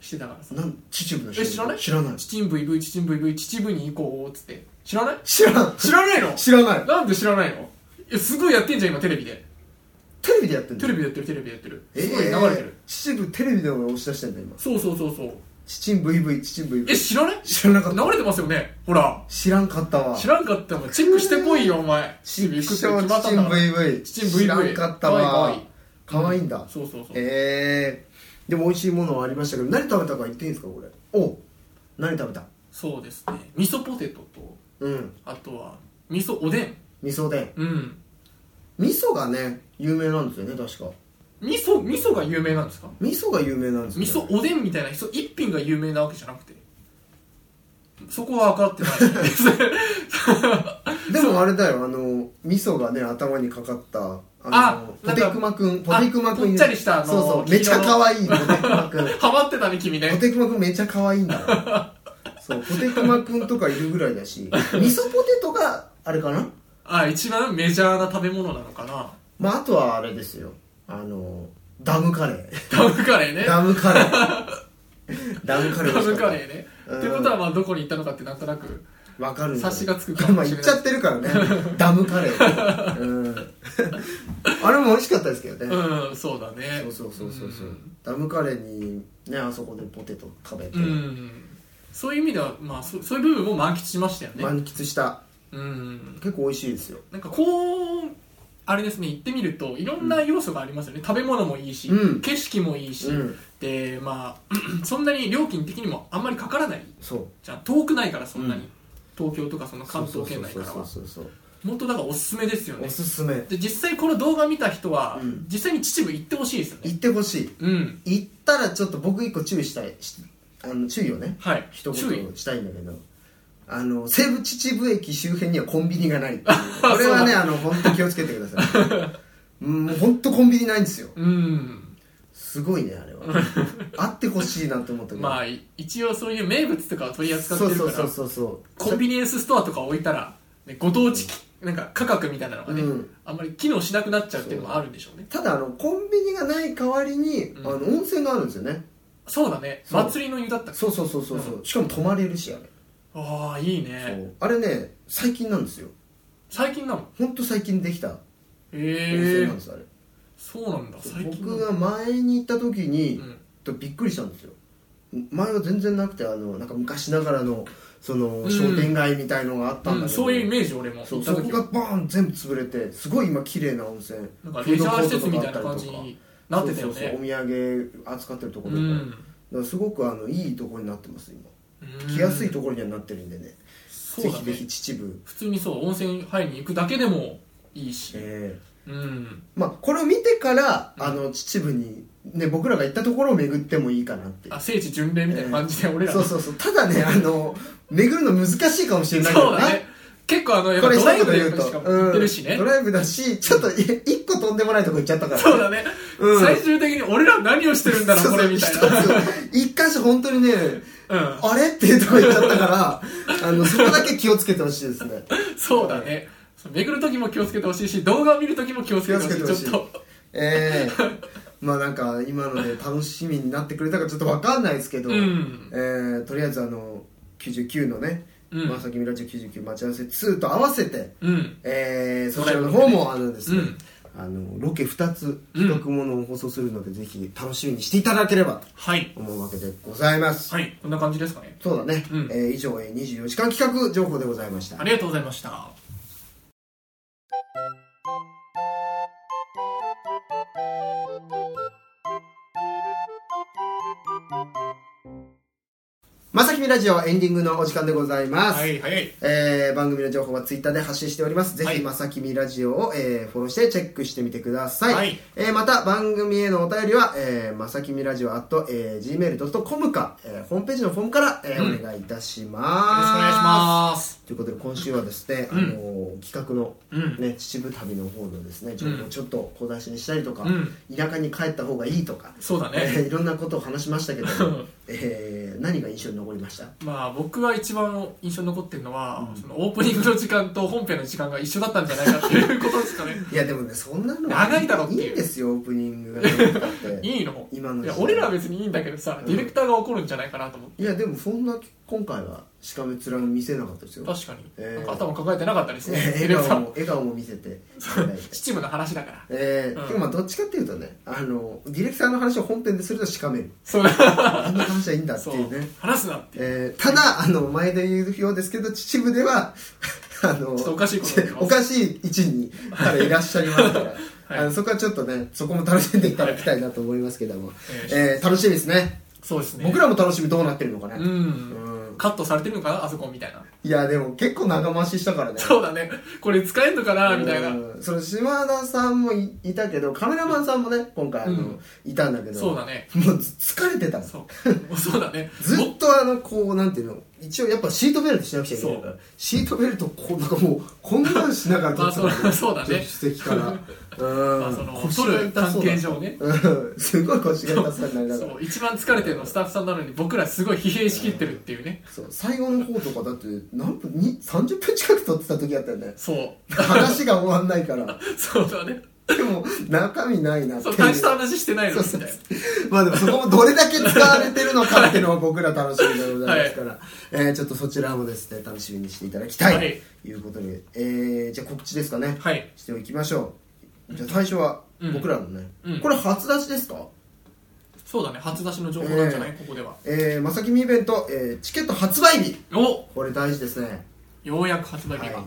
S2: してたからさ
S1: なん秩父の
S2: え知らない
S1: 知らな
S2: 「
S1: い
S2: チチンブイブイチチンブイブイ秩父に行こう」っつって知らない
S1: 知らない
S2: 知らないの
S1: 知らない
S2: なんで知らないのいやすごいやってんじゃん今テレビで
S1: テレビでやってんの
S2: テレビでやってるテレビでやってるすごい
S1: え
S2: 流
S1: ー
S2: れてる、
S1: 秩父テレビでも押し出してんだ今
S2: そうそうそうそう
S1: 秩父 VV 秩父
S2: え
S1: VV
S2: 知らない
S1: 知らなかった
S2: 流れてますよねほら
S1: 知らんかったわ
S2: 知らんかったもんチェックしてこいよお前
S1: ちくしょう
S2: 行くって決まったんだから
S1: VV
S2: 秩父
S1: 知らんかった
S2: 可愛
S1: わ
S2: い
S1: かわいいんだ
S2: そうそうそう、
S1: えーでも美味しいものはありましたけど何食べたか言っていいんですかこれお何食べた
S2: そうですね味噌ポテトと
S1: うん
S2: あとは味噌おでん
S1: 味噌で
S2: うん
S1: 味噌がね有名なんですよね確か
S2: 味噌味噌が有名なんですか
S1: 味噌が有名なんですよ、ね、
S2: 味噌おでんみたいなそう一品が有名なわけじゃなくてそこは分かってないです
S1: でもあれだよあの味噌がね頭にかかったあ
S2: あ
S1: のポ
S2: なんか
S1: テクマくんポテクマくん
S2: ぽっちゃりしたあの
S1: そうそう
S2: 黄色の
S1: めちゃ可愛いポテクマくん
S2: ハマってたね君
S1: ポ
S2: ね
S1: テクマくんめちゃ可愛いん だからそうポテクマくんとかいるぐらいだし味噌ポテトがあれかな
S2: あ一番メジャーな食べ物なのかな
S1: まああとはあれですよあのダムカレー
S2: ダムカレーね
S1: ダムカレ ーダムカレー
S2: ダムカレ
S1: ー
S2: ーね
S1: うん
S2: ってことはまあどこに行ったのかってなんとなく
S1: わかるんだよ
S2: 察しがつくかもしれ
S1: まあ言っ
S2: ない
S1: ちゃってるからね ダムカレー、うん、あれも美味しかったですけどね、
S2: うんそうだね
S1: そうそうそうそうそう、
S2: ん
S1: ダムカレーにねあそこでポテト食べて、
S2: うんそういう意味では、まあ、そそういう部分も満喫しましたよね、
S1: 満喫した
S2: うん
S1: 結構美味しいですよ
S2: なんかこうあれですね行ってみるといろんな要素がありますよね、食べ物もいいし、
S1: うん
S2: 景色もいいし、
S1: うん
S2: でまあ そんなに料金的にもあんまりかからない
S1: そう
S2: じゃん遠くないからそんなに、
S1: うん
S2: 東京とかその関東圏内からは
S1: そうそうそうそう
S2: 本当だからおすすめですよ
S1: そうお
S2: ね
S1: すすめ
S2: で実際この動画見た人は、
S1: うん
S2: 実際に秩父行ってほしいですよね
S1: 行ってほしい
S2: うん
S1: 行ったらちょっと僕一個注意したいしあの注意をね
S2: はい
S1: 一
S2: 注意
S1: 言したいんだけどあの西武秩父駅周辺にはコンビニがない っていうこれはねあの本当気をつけてくださいうんもう本当コンビニないんですよ
S2: うん
S1: すごいねあれ はあってほしいなと思ったけど
S2: まあい一応そういう名物とかを取り扱って
S1: そう
S2: るか
S1: そう
S2: ら
S1: そうそうそう
S2: コンビニエンスストアとか置いたら、ね、ご当地きなんか価格みたいなのがね、
S1: うん
S2: あんまり機能しなくなっちゃうっていうのもあるんでしょうね
S1: ただあのコンビニがない代わりに、
S2: うん
S1: あの温泉があるんですよね
S2: そうだね
S1: そう
S2: 祭りの湯だったっけ
S1: そうそうそうそうそう、しかも泊まれるしあれ、
S2: ああいい
S1: そ
S2: ね
S1: うあれね最近なんですよ
S2: 最近なの
S1: ほんと最近できた温泉
S2: へえ
S1: なんです、あれ
S2: そうなんだ最近
S1: 僕
S2: な
S1: が
S2: んだ
S1: 前に行った時に、
S2: うん
S1: とびっくりしたんですよ前は全然なくてあのなんか昔ながらのその、
S2: ん
S1: 商店街みたいのがあったんだけど、
S2: うんそういうイメージ俺も
S1: そ
S2: 行
S1: う
S2: った
S1: そこ
S2: 時
S1: が
S2: は
S1: バーン全部潰れてすごい今綺麗な温泉
S2: なんかレジャー施設みたいな
S1: フードコ
S2: 感
S1: ート
S2: じ
S1: とかあったりとか
S2: になってたよ
S1: そうそうそう
S2: ね
S1: お土産扱ってるとこ
S2: う
S1: ろとか,、だか
S2: ん
S1: らすごくあのいいところになってます今
S2: うん
S1: 来やすいところにはなってるんでね、
S2: そう
S1: ぜ
S2: だ
S1: ひぜ
S2: ね
S1: ひ秩父
S2: 普通にそう温泉入りに行くだけでもいいし、
S1: え
S2: うん
S1: ーまあこれを見てから、
S2: うん
S1: あの秩父にね僕らが行ったところを巡ってもいいかなっていう
S2: あ聖地巡礼みたいな感じで俺ら
S1: そ
S2: の、
S1: うそうそうただ ねあの巡るの難しいかもしれないけ
S2: そ
S1: ど
S2: う
S1: な
S2: だね結構あのやっ
S1: こ
S2: ぱ
S1: れ一
S2: ドライ
S1: 言
S2: ブ
S1: で言
S2: で
S1: うと
S2: しかも行ってるし
S1: う
S2: ね
S1: んドライブだしちょっとい一個とんでもないとこ行っちゃったから
S2: そうだね、
S1: うん
S2: 最終的に俺ら何をしてるんだろうこれみたいな
S1: そうそう一つ一箇所本当にね
S2: うん
S1: あれっていうとこ行っちゃったからあのそこだけ気をつけてほしいですね
S2: そうだねそう巡る時も気をつけてほしいし動画を見る時も気をつけてほし
S1: 気
S2: い
S1: をつけ
S2: ち
S1: て
S2: ょっ
S1: ほしい
S2: と
S1: ええまあなんか今ので楽しみになってくれたかちょっとわかんないですけど、
S2: うん
S1: えーとりあえずあの99のね「
S2: うん
S1: まさきみらち99待ち合わせ2」と合わせて、
S2: うん
S1: えーそちらの方もあのですね、
S2: うん
S1: あのロケ2つ企画ものを放送するので、ぜひ楽しみにしていただければと
S2: はい
S1: 思うわけでございます、
S2: はいこんな感じですかね
S1: そうだね、
S2: うん
S1: えー以上、えー、24時間企画情報でございました
S2: ありがとうございました
S1: まさきみラジオエンディングのお時間でございます、
S2: はいはい
S1: えー番組の情報はツイッターで発信しております。ぜ
S2: は
S1: ひ、
S2: い
S1: まさきみラジオを、えーフォローしてチェックしてみてください。
S2: はい
S1: えーまた、番組へのお便りは、えーまさきみラジオ at、えー gmail.com か、えーホームページのフォームから、えー
S2: うん
S1: お願いいたします。よろしくお
S2: よろしくお願いします
S1: ということで今週はですね、
S2: うん
S1: あの企画の、
S2: うん
S1: ね、秩父旅の方のですね情報をちょっと小出しにしたりとか、
S2: うん
S1: 田舎に帰った方がいいとか、
S2: そうだ
S1: え
S2: ね
S1: ーいろんなことを話しましたけど、 えー何が印象に残りました
S2: まあ僕は一番印象に残ってるのは、そのオープニングの時間と本編の時間が一緒だったんじゃないかっていうことですか ね
S1: いやでもねそんなの
S2: 長いだろっていう
S1: いんですよオープニングが長くたって
S2: いいの
S1: 今の
S2: い
S1: 時代
S2: や俺らは別にいいんだけどさ、
S1: うん
S2: ディレクターが怒るんじゃないかなと思って
S1: いやでもそんな今回はしかめ面見せなかったですよ
S2: 確かに、
S1: えー
S2: なんか頭抱えてなかったですね
S1: えー
S2: ディレ
S1: 笑
S2: クタ
S1: 顔も笑顔
S2: ー も
S1: も見せていただいて
S2: 秩父の話だから
S1: えー
S2: うん
S1: でもまあどっちかっていうとねあのディレクターの話を本編でするとしかめる
S2: そう
S1: あんな話はいいんだって
S2: そ
S1: いう
S2: う
S1: ね
S2: 話すなって
S1: えーただあの前で言うようですけど秩父では あの
S2: ちょっとおかしいことになってま す
S1: おかしい位置にからいらっしゃいますから、
S2: はい
S1: あのそこはちょっとねそこも楽しんでいただきたいなと思いますけども、
S2: え
S1: えー楽しみですね
S2: そうですね
S1: 僕らも楽しみどうなってるのかね、
S2: うん、
S1: うん
S2: カットされてるのかなあそこみたいな、
S1: いやでも結構長回ししたからね
S2: そうだねこれ使えんのかなみたいな、
S1: うんその島田さんもいいたけどカメラマンさんもね今回あの、
S2: うん
S1: いたんだけど
S2: そうだね
S1: もう疲れてたの
S2: そう もうそうだね
S1: ず
S2: も
S1: っとあのこうなんていうの一応やっぱシートベルトしなくちゃいけないか
S2: そ
S1: らシートベルトこうなんかもうこんなんしながら
S2: まあ
S1: 撮ってた
S2: そうそうだね
S1: 助手席 からうん、
S2: まあその
S1: 腰
S2: 撮
S1: が
S2: る
S1: 痛そ
S2: 関
S1: うだ
S2: 係上ね
S1: うんすごい腰が痛そうになりながら
S2: そう一番疲れてるのスタッフさんなのに僕らすごい疲弊しきってるっていうね
S1: そう最後の方とかだって何分に30分近く撮ってた時あったよね
S2: そう
S1: 話が終わんないから
S2: そうだね
S1: でも中身ないなって
S2: そ
S1: いうう
S2: 大した話してないの
S1: そう
S2: みた
S1: そ
S2: いうな
S1: そうまあでもそこもどれだけ使われてるのかっていうのは僕ら楽しみでございますから、えーちょっとそちらもですね楽しみにしていただきたい
S2: はい
S1: ということで、えーじゃあ告知ですかね、
S2: はい
S1: しておきましょうじゃあ最初は
S2: うん
S1: 僕らのね、
S2: うん
S1: これ初出しですか
S2: そうだね初出しの情報なんじゃない、
S1: え
S2: ここでは
S1: えー、まさきみイベント、えーチケット発売日
S2: お
S1: これ大事ですね、
S2: ようやく発売
S1: は
S2: 日
S1: い
S2: が、、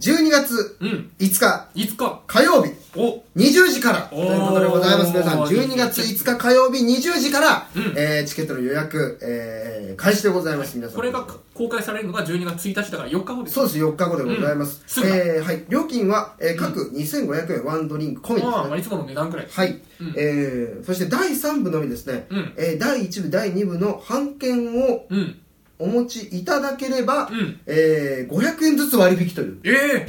S1: 12月
S2: うん
S1: 5日
S2: いつか
S1: 火曜日
S2: お
S1: 20時からと
S2: お
S1: い
S2: ー
S1: うことでございます皆さん12月5日火曜日20時から、
S2: うん
S1: えーチケットの予約、えー開始でございます、皆さん
S2: これが公開されるのが12月1日だから4日後です
S1: そうです4日後でございます、
S2: うんすぐだ
S1: えーはい、料金は、えー各2500円ワンドリンク込みですね、
S2: まあまあいつもの値段くらい
S1: はい、
S2: うん
S1: えーそして第3部のみですね、
S2: うん
S1: えー第1部第2部の版券を
S2: うん
S1: お持ちいただければ、
S2: うん
S1: えー500円ずつ割引という
S2: ええ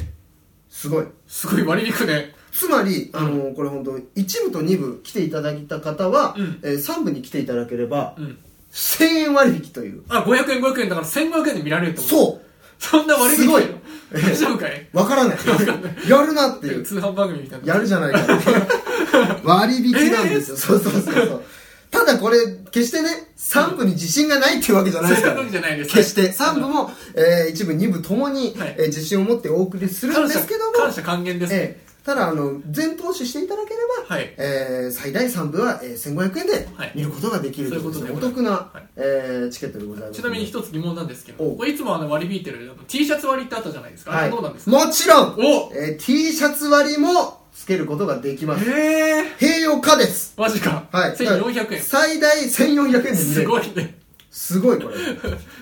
S1: すごい
S2: すごい割り引くね
S1: つまり、あのこれ本当一部と二部来ていただいた方は、
S2: うん
S1: えー、3部に来ていただければ、
S2: うん。
S1: 1000円割引という
S2: あ、500円、500円だから1500円で見られるってこと
S1: そう
S2: そんな割引だ
S1: すご
S2: よ
S1: いええ
S2: 大丈夫かい
S1: わからない やるなっていう
S2: 通販番組みたいな。
S1: やるじゃないかって 割引なんですよ、そうそうそうそうただこれ決してね3部に自信がないっていうわけじゃないですから、
S2: そういうわけじゃないです
S1: 決して3部も、えー、1部2部ともに、
S2: はい
S1: えー自信を持ってお送りするん
S2: 感
S1: で
S2: 謝
S1: すけども
S2: 感謝還元ですね。
S1: ええただあの全投資していただければ、
S2: はい
S1: えー最大3部は、えー、1500円で
S2: はい
S1: 見ることができるということで、
S2: そういう
S1: お
S2: ことで
S1: 得な、
S2: はい
S1: えーチケットでございます
S2: ちなみに一つ疑問なんですけ
S1: お
S2: ど、これいつもあの割り引いてるあの T シャツ割りってあったじゃないですか。あ
S1: は
S2: れ
S1: い、
S2: どうなんですか
S1: もちろん、
S2: お
S1: えー T シャツ割りもつけることができます
S2: へえ
S1: 併用可です
S2: マジか。
S1: はい
S2: 1400円。
S1: 最大1400円で見れる
S2: すごいね。
S1: すごいこれ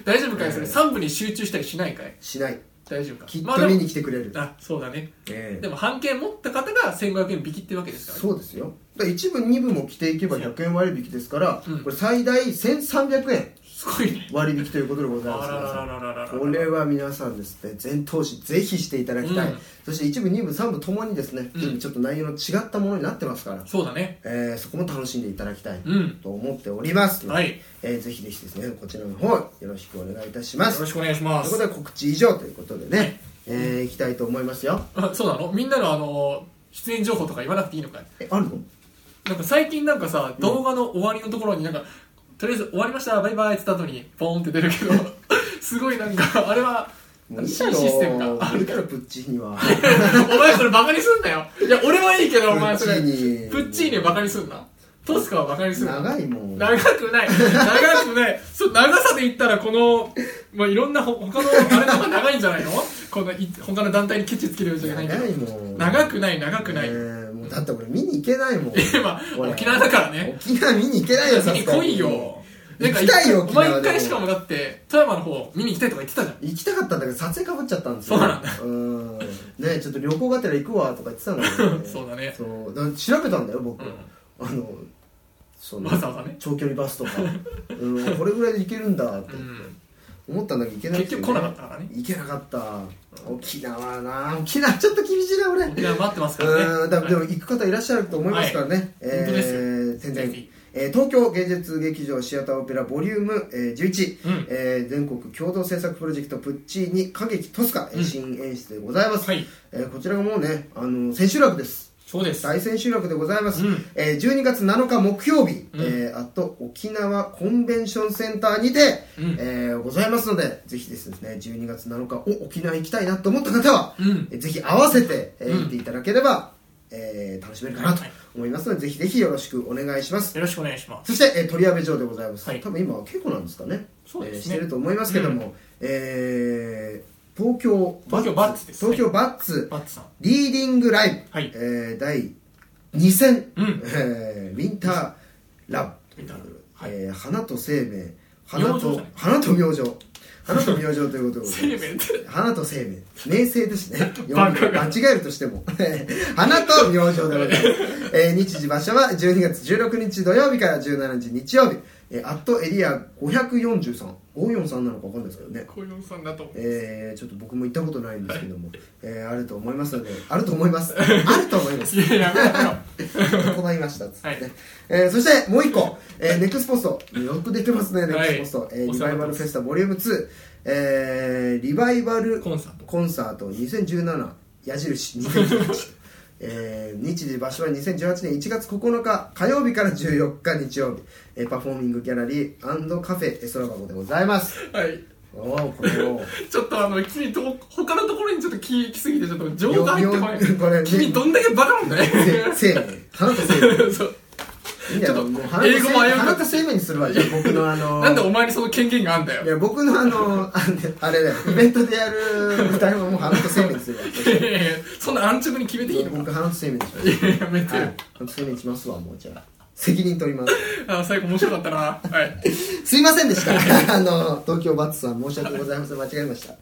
S2: 大丈夫かいそれ3部に集中したりしないかい
S1: し ない
S2: 大丈夫か
S1: きっ
S2: まあで
S1: と
S2: も
S1: 見に来てくれる、
S2: あそうだね
S1: ええ
S2: でも半券持った方が1500円引きってわけですからね
S1: そうですよだから一部二部も着ていけば100円割引ですから、
S2: うん
S1: これ最大1300円
S2: すごいね
S1: 割引ということでご
S2: あ
S1: ざい
S2: ら
S1: ます
S2: ららららら
S1: これは皆さんですね全投資ぜひしていただきたい、
S2: うん
S1: そして一部二部三部ともにですね、
S2: うん
S1: ちょっと内容の違ったものになってますから、
S2: そうだね
S1: えーそこも楽しんでいただきたい
S2: うん
S1: と思っておりますので、
S2: はい
S1: えーぜひぜひですねこちらの方よろしくお願いいたしま
S2: よ
S1: す
S2: ろしくお願いしま
S1: というこ
S2: す
S1: とで告知以上ということでね、えーいきたいと思いますよ
S2: あそうなのみんなのあの出演情報とか言わなくていいのかい
S1: えあるの
S2: なんか最近なんかさ動画の終わりのところになんかとりあえず終わりましたバイバイって言った後にポーンって出るけど すごいなんかあれは
S1: もういい
S2: シ
S1: だろ
S2: システムか
S1: ういいだろプッチーニは
S2: お前それバカにすんなよいや俺はいいけどお前それ
S1: プッチーニ
S2: プッチーニをバカにすんなトスカはバカにすんな
S1: 長いもん
S2: 長くない長くないそう長さで言ったらこの、まあ、いろんなほ他のあれの方が長いんじゃないのこのい他の団体にケチつけるようじゃないけど
S1: 長いもん
S2: 長くない長くない、
S1: えーもうだって俺見に行けない もん
S2: 今
S1: 俺
S2: 沖縄だからね
S1: 沖縄見に行けないよ
S2: 見に来いよなんか
S1: 行きたいよ
S2: 一
S1: 沖
S2: 回
S1: 縄でも
S2: お前一回しかもだって富山の方見に行きたいとか言ってたじゃん
S1: 行きたかったんだけど撮影かぶっちゃったんですよ
S2: そうなん、
S1: うんねちょっと旅行がてら行くわとか言ってたんだけど、ね
S2: そうだね
S1: そうだから調べたんだよ僕、
S2: うん
S1: あのその
S2: わざわざね
S1: 長距離バスとか、うん、これぐらいで行けるんだって
S2: うん
S1: 思ったんだけど行けなくて、
S2: 結局来なかったからね
S1: 行けなかった沖縄な沖縄ちょっと厳しいな俺
S2: 沖縄待ってますからね
S1: うんだでも行く方いらっしゃると思いますからね、えー
S2: 本当です
S1: 全
S2: ぜ
S1: 然
S2: ひ、
S1: えー東京芸術劇場シアターオペラボリューム、えー11、
S2: うん
S1: えー全国共同制作プロジェクトプッチーニ歌劇トスカ、えー
S2: うん
S1: 新演出でございます、
S2: はい
S1: えーこちらがもうねあの千秋楽です
S2: そうです
S1: 大千秋楽でございます、
S2: うん
S1: えー12月7日木曜日、
S2: うん
S1: えーあと沖縄コンベンションセンターにて、
S2: うん
S1: えーございますのでぜひですね12月7日お沖縄行きたいなと思った方は、
S2: うん
S1: えーぜひ合わせて、えー
S2: うん
S1: 行っていただければ、えー楽しめるかなと
S2: はい
S1: 思いますので、ぜひぜひよろしくお願いします
S2: よろしくお願いします
S1: そして、えー、鳥矢部城でございます、
S2: はい
S1: 多分今は稽古なんですかね
S2: そうですね
S1: えーしてると思いますけども、えー東京
S2: 東京バッツです
S1: 東京バッツ、
S2: バッツさん
S1: リーディングライブ、
S2: はい
S1: えー第2戦、
S2: うん
S1: えーウィンターラブ
S2: ウィンターラブはい
S1: えー花と生命花
S2: 明星じゃ
S1: と
S2: ない
S1: 花と明星花と明星ということでござ
S2: 生
S1: い
S2: 命
S1: ま
S2: っ
S1: す
S2: て
S1: 花と生命名声ですね
S2: バカが
S1: 間違えるとしても 花と明星でございます、えー日時場所は12月16日土曜日から17日日曜日えーアットエリア543543なのか分かんないですけどね
S2: 小四さんだと思う
S1: えーちょっと僕も行ったことないんですけども、えーあると思いますのであると思います あると思います
S2: いややめろよ
S1: 行いましたっつって、ね
S2: はい
S1: えーそしてもう一個、えーネクスポストよく出てますねネ
S2: はい
S1: クスポスト、えー
S2: お
S1: リ
S2: 世
S1: バ
S2: 話
S1: イ
S2: に
S1: バ
S2: なってま
S1: ル
S2: す
S1: フェスタボリューム2、えーリバイバル
S2: コンサート
S1: コンサート2017矢印2018、えー日時場所は2018年1月9日火曜日から14日日曜日、えーパフォーミングギャラリーカフェえー空箱でございます
S2: はい
S1: おおこれを
S2: ちょっとあの君と他のところにちょっと気行きすぎてちょっと情報が入ってこな
S1: よよこれ
S2: い君どんだけバカなんだよ
S1: せ生命花と生命
S2: そう
S1: いいんだよ
S2: ちょっと
S1: もう花と生
S2: 英語迷うから
S1: 花と生命にするわじゃあ僕のあの
S2: なんでお前にその権限があんだ
S1: い
S2: よ
S1: や僕のあのああれだよイベントでやる台本はもう花と生命にするわ
S2: いやいやいや そんな安直に決めていいの
S1: 僕花と生命にしま
S2: いややめ
S1: す
S2: て
S1: は
S2: よ、
S1: い花と生命にしますわもうじゃあ責任取ります
S2: あ最後面白かったなはい
S1: すいませんでした あの東京バッツさん申し訳ございません間違えました、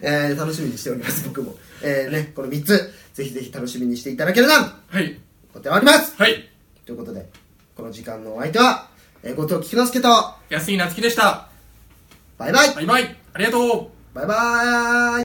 S1: えー楽しみにしております僕も、えーね、この3つぜひぜひ楽しみにしていただければと
S2: はい
S1: 思っております
S2: はい
S1: ということでこの時間のお相手は、えー、後藤菊之助と
S2: 安井夏樹でした
S1: バイバイ
S2: バイバイありがとう
S1: バイバーイ